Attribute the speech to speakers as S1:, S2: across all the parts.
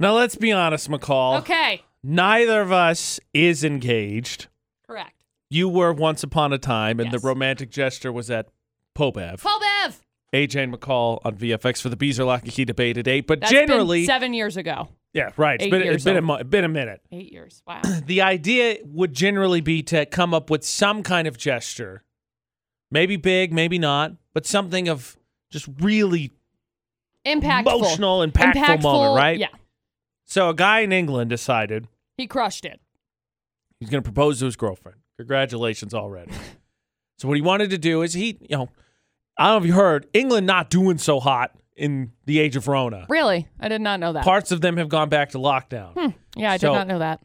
S1: Now let's be honest, McCall.
S2: Okay,
S1: Neither of us is engaged.
S2: correct.
S1: You were once upon a time, and
S2: Yes.
S1: the romantic gesture was at Pope Ave.
S2: Paul Bev.
S1: AJ and McCall on VFX for the Beezer Lock and Key debate today. But
S2: That's been
S1: generally,
S2: seven years ago.
S1: yeah, right. It's
S2: eight
S1: been,
S2: years
S1: it's been a
S2: old.
S1: mo- been a minute.
S2: Eight years. Wow.
S1: The idea would generally be to come up with some kind of gesture, maybe big, maybe not, but something of just really
S2: Impactful.
S1: emotional, impactful, moment, right?
S2: Yeah.
S1: So a guy in England decided
S2: He crushed it.
S1: He's going to propose to his girlfriend. Congratulations already. so what he wanted to do is he, you know, I don't know if you heard, England not doing so hot in the age of Rona.
S2: Really? I did not know that. Hmm.
S1: Parts of them have gone back to lockdown.
S2: yeah, I did
S1: so-
S2: not know that.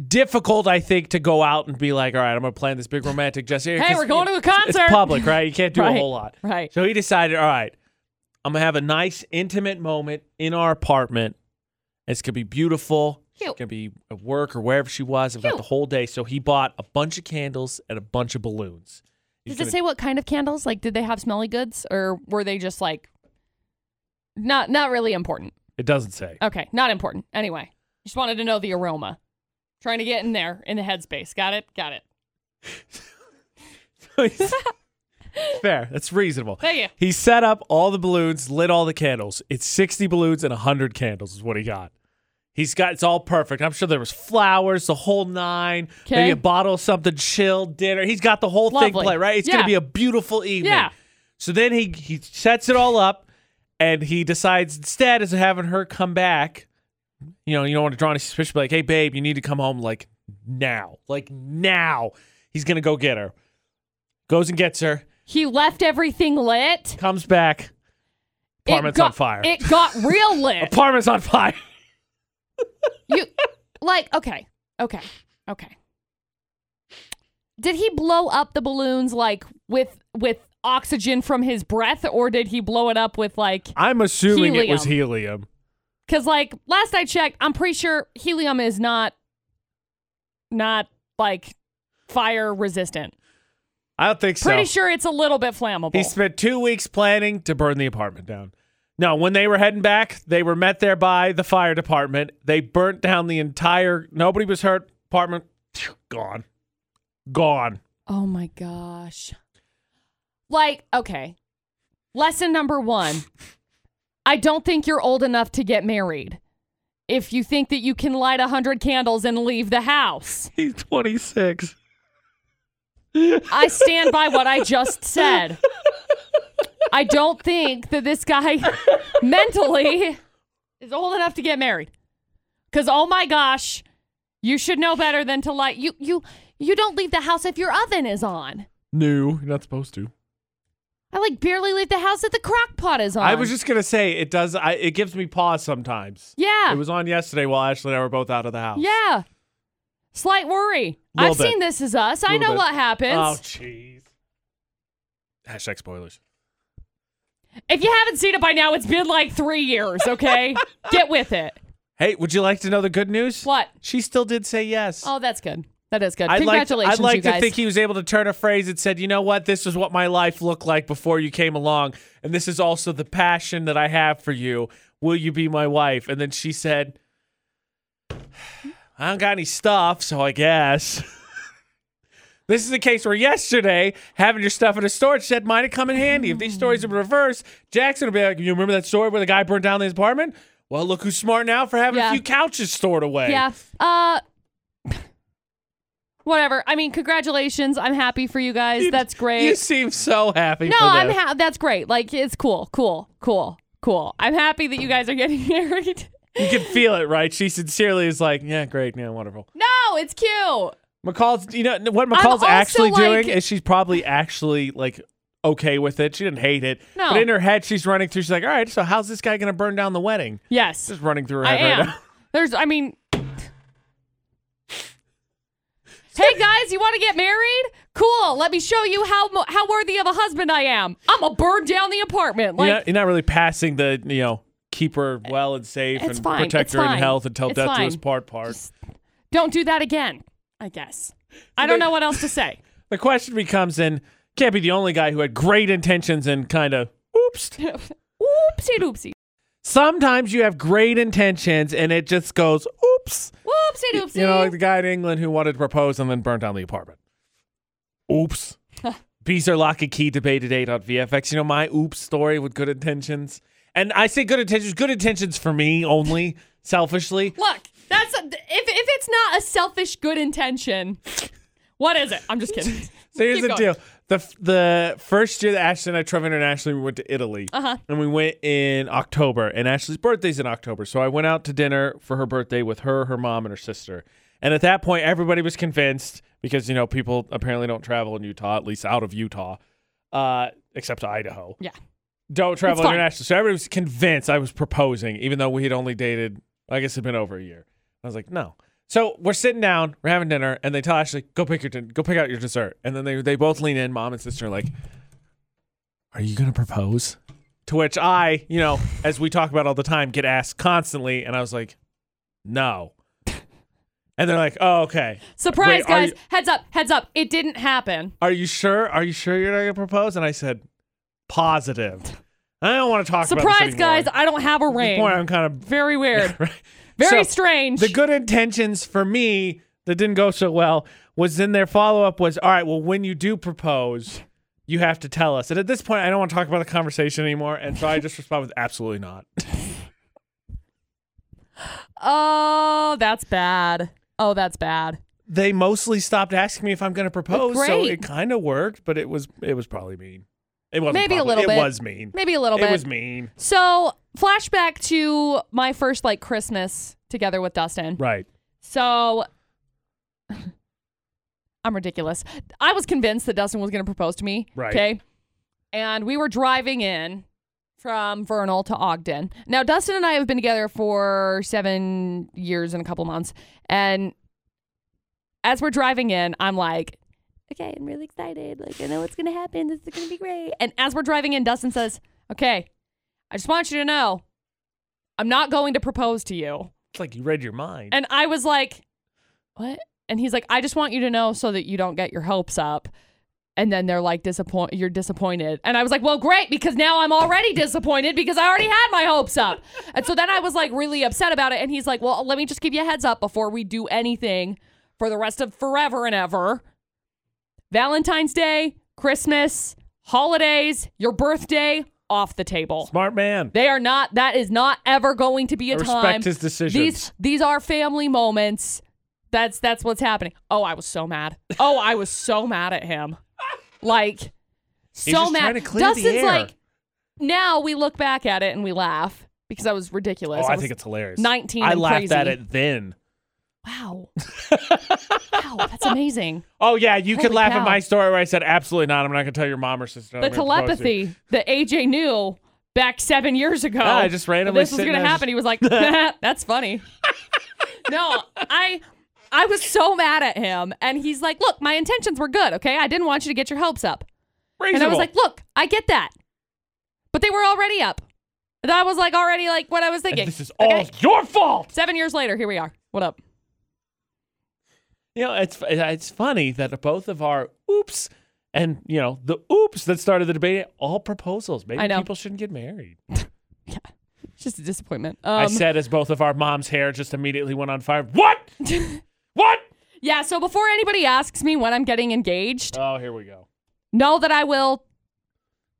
S1: Difficult, I think, to go out and be like, all right, I'm going to plan this big romantic gesture.
S2: Hey,
S1: 'cause
S2: we're going to a
S1: it's-
S2: concert.
S1: It's public, right? You can't do
S2: Right,
S1: a whole lot.
S2: Right.
S1: So he decided, all right, I'm going to have a nice, intimate moment in our apartment. It's going to be beautiful.
S2: Cute.
S1: It's going to be at work or wherever she was. I've got
S2: Cute.
S1: the whole day. So he bought a bunch of candles and a bunch of balloons. He's
S2: Does it
S1: gonna-
S2: say what kind of candles? Like, did they have smelly goods, or were they just like not not really important?
S1: It doesn't say.
S2: Okay, not important. Anyway, just wanted to know the aroma. Trying to get in there in the headspace. Got it. Got it.
S1: Fair. That's reasonable.
S2: Thank you.
S1: He set up all the balloons, lit all the candles. It's 60 balloons and 100 candles is what he got. He's got it's all perfect. I'm sure there was flowers, the whole nine, maybe
S2: Okay.
S1: a bottle of something, chill, dinner. He's got the whole thing
S2: Lovely.
S1: planned, right? It's going
S2: Yeah.
S1: to be a beautiful evening.
S2: Yeah.
S1: So then he he sets it all up and he decides instead is having her come back. You know, you don't want to draw any suspicion, but like, hey babe, you need to come home like now. Like now. He's gonna go get her. Goes and gets her,
S2: He left everything lit.
S1: comes back,
S2: It
S1: apartment's
S2: got-
S1: on fire.
S2: It got real lit.
S1: apartment's on fire.
S2: you like okay, okay, okay. Did he blow up the balloons like with with oxygen from his breath, or did he blow it up with like?
S1: I'm assuming it was helium.
S2: Cause like last I checked, I'm pretty sure helium is not not like fire resistant.
S1: I don't think so.
S2: Pretty sure it's a little bit flammable.
S1: He spent two weeks planning to burn the apartment down. No, when they were heading back, they were met there by the fire department. They burnt down the entire. Nobody was hurt. Apartment phew, gone, gone.
S2: oh my gosh. Like, okay. Lesson number one. I don't think you're old enough to get married. If you think that you can light a hundred candles and leave the house.
S1: He's 26.
S2: I stand by what I just said. I don't think that this guy mentally is old enough to get married. Cause oh my gosh, you should know better than to like you you you don't leave the house if your oven is on.
S1: No, you're not supposed to.
S2: I like barely leave the house if the crock pot is on.
S1: I was just gonna say it does. I, it gives me pause sometimes.
S2: Yeah.
S1: It was on yesterday while Ashley and I were both out of the house.
S2: yeah. Slight worry.
S1: Little
S2: I've
S1: bit.
S2: seen this is us. I
S1: Little
S2: know
S1: bit.
S2: what happens.
S1: Oh jeez. Hashtag spoilers.
S2: If you haven't seen it by now, it's been like three years, okay? Get with it.
S1: Hey, would you like to know the good news?
S2: What?
S1: She still did say yes.
S2: Oh, that's good. That is good.
S1: I'd like to,
S2: Congratulations,
S1: I'd like
S2: you guys.
S1: to think he was able to turn a phrase that said, "You know what? This is what my life looked like before you came along, and this is also the passion that I have for you. Will you be my wife?" And then she said, "I don't got any stuff, so I guess." This is a case where yesterday, having your stuff in a storage shed might have come in handy. If these
S2: Hmm.
S1: stories are reversed, Jackson would be like, You remember that story where the guy burned down his apartment? Well, look who's smart now for having a
S2: Yeah.
S1: few couches stored away.
S2: yeah. Uh Whatever. I mean, congratulations. I'm happy for you guys. that's great.
S1: You seem so happy.
S2: no,
S1: for
S2: I'm
S1: them.
S2: ha- that's great. Like it's cool. Cool. Cool. Cool. I'm happy that you guys are getting married.
S1: You can feel it, right? She sincerely is like, yeah, great, yeah, wonderful.
S2: no, it's cute.
S1: McCall's, you know, what McCall's
S2: also
S1: actually
S2: like-
S1: doing is she's probably actually like okay with it. She didn't hate it,
S2: No.
S1: but in her head, she's running through. She's like, all right, so how's this guy gonna burn down the wedding?
S2: Yes.
S1: Just running through her
S2: I
S1: head right
S2: am.
S1: now.
S2: There's I mean Hey guys, you want to get married? Cool. Let me show you how mo- how worthy of a husband I am. I'm a burn down the apartment. Like
S1: you're, not, you're not really passing the, you know, keep her well and safe
S2: It's
S1: and
S2: fine,
S1: protect
S2: it's
S1: her in
S2: fine,
S1: health until
S2: it's
S1: death do
S2: fine.
S1: us part. Part.
S2: don't do that again, I guess. I don't know what else to say.
S1: the question becomes: then can't be the only guy who had great intentions and kind of oops.
S2: Oopsie doopsie.
S1: Sometimes you have great intentions and it just goes, oops.
S2: Whoopsie doopsie.
S1: You know, like the guy in England who wanted to propose and then burned down the apartment. Oops. Beezer lock and key debate at 8 on VFX. You know, my oops story with good intentions. And I say good intentions, good intentions for me only, selfishly.
S2: Look, that's a, if if it's not a selfish good intention, what is it? I'm just kidding.
S1: So here's
S2: Keep
S1: the
S2: going.
S1: deal. The, f- the first year that Ashley and I traveled internationally, we went to Italy.
S2: Uh-huh.
S1: And we went in October, and Ashley's birthday's in October. So I went out to dinner for her birthday with her, her mom, and her sister. And at that point, everybody was convinced because, you know, people apparently don't travel in Utah, at least out of Utah, uh, except Idaho.
S2: Yeah.
S1: Don't travel
S2: It's fine.
S1: internationally. So everybody was convinced I was proposing, even though we had only dated, I guess it'd been over a year. I was like, no. So we're sitting down, we're having dinner, and they tell Ashley, go pick your din- go pick out your dessert. And then they they both lean in, mom and sister are like, Are you gonna propose? To which I, you know, as we talk about all the time, get asked constantly, and I was like, No. And they're like, Oh, okay. Wait,
S2: Surprise,
S1: are
S2: guys!
S1: you-
S2: heads up, heads up! It didn't happen.
S1: Are you sure? Are you sure you're not gonna propose? And I said, Positive. I don't want to talk about
S2: Surprise,
S1: this
S2: guys!
S1: anymore.
S2: I don't have a
S1: At this point,
S2: ring.
S1: I'm kind
S2: Very weird.
S1: of
S2: Very
S1: So-
S2: strange.
S1: the good intentions for me that didn't go so well was then their follow up was all right. Well, when you do propose, you have to tell us. And at this point, I don't want to talk about the conversation anymore, and so I just respond with absolutely not.
S2: oh, that's bad. Oh, that's bad.
S1: They mostly stopped asking me if I'm going to propose, so
S2: great.
S1: it kind of worked, but it was it was probably mean. It wasn't
S2: Maybe a
S1: probably-
S2: little bit.
S1: It was mean.
S2: Maybe a little
S1: it
S2: bit.
S1: was mean.
S2: so, flashback to my first like Christmas together with Dustin.
S1: Right.
S2: So I'm ridiculous. I was convinced that Dustin was going to propose to me.
S1: Right.
S2: Okay. And we were driving in from Vernal to Ogden. Now, Dustin and I have been together for seven years and a couple months. And as we're driving in, I'm like, okay, I'm really excited. Like, I know what's going to happen. This is going to be great. And as we're driving in, Dustin says, okay, I just want you to know I'm not going to propose to you.
S1: It's like you read your mind.
S2: And I was like, what? And he's like, I just want you to know so that you don't get your hopes up. And then they're like, disappoint. You're disappointed. And I was like, well, great, because now I'm already disappointed because I already had my hopes up. and so then I was like, really upset about it. And he's like, well, let me just give you a heads up before we do anything for the rest of forever and ever. Valentine's Day, Christmas, holidays, your birthday, off the table.
S1: Smart man.
S2: They are not. That is not ever going to be a
S1: I respect
S2: time.
S1: his decisions.
S2: These these are family moments. That's that's what's happening. Oh, I was so mad. Oh, I was so mad at him. Like so
S1: He's just
S2: mad.
S1: trying to clear the
S2: Dustin's
S1: air.
S2: like. Now we look back at it and we laugh because I was ridiculous.
S1: oh, I
S2: was-
S1: think it's hilarious.
S2: 19
S1: I
S2: and
S1: laughed at
S2: crazy.
S1: it then.
S2: wow. wow, that's amazing.
S1: Oh yeah, you could
S2: Holy
S1: laugh
S2: cow.
S1: at my story where I said absolutely not. I'm not gonna tell your mom or sister. I'm
S2: The
S1: gonna propose to you."
S2: telepathy that AJ knew back seven years ago.
S1: Yeah, I just randomly
S2: this was
S1: sitting
S2: gonna
S1: there
S2: happen. He was like, "That's funny." no, I, I was so mad at him, and he's like, "Look, my intentions were good. Okay, I didn't want you to get your hopes up." And I was
S1: Reasonable.
S2: like, "Look, I get that, but they were already up." That was like already like what I was thinking.
S1: And this is all
S2: Okay.
S1: your fault.
S2: Seven years later, here we are. What up?
S1: You know, it's it's funny that both of our oops and you know the oops that started the debate. All proposals. Maybe
S2: I know.
S1: people shouldn't get married.
S2: It's just a disappointment.
S1: I
S2: Um,
S1: said as both of our mom's hair just immediately went on fire. What? what?
S2: yeah. So before anybody asks me when I'm getting engaged,
S1: Oh, here we go.
S2: know that I will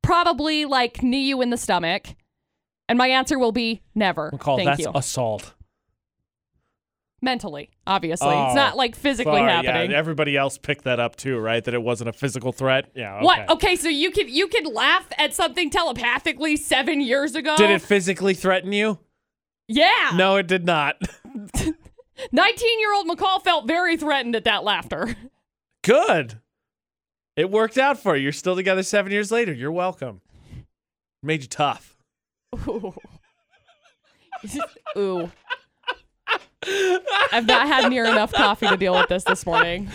S2: probably like knee you in the stomach. And my answer will be never.
S1: McCall,
S2: Thank
S1: that's
S2: you.
S1: assault.
S2: Mentally, obviously. it's
S1: Oh,
S2: not like physically
S1: Sorry,
S2: happening.
S1: Yeah, everybody else picked that up too, right? That it wasn't a physical threat. Yeah. Okay.
S2: What? Oh, Okay, so you could you could laugh at something telepathically seven years ago.
S1: Did it physically threaten you?
S2: yeah.
S1: No, it did not.
S2: Nineteen year old McCall felt very threatened at that laughter.
S1: Good. It worked out for you. You're still together seven years later. You're welcome. Made you tough.
S2: Ooh. Ooh. I've not had near enough coffee to deal with this this morning.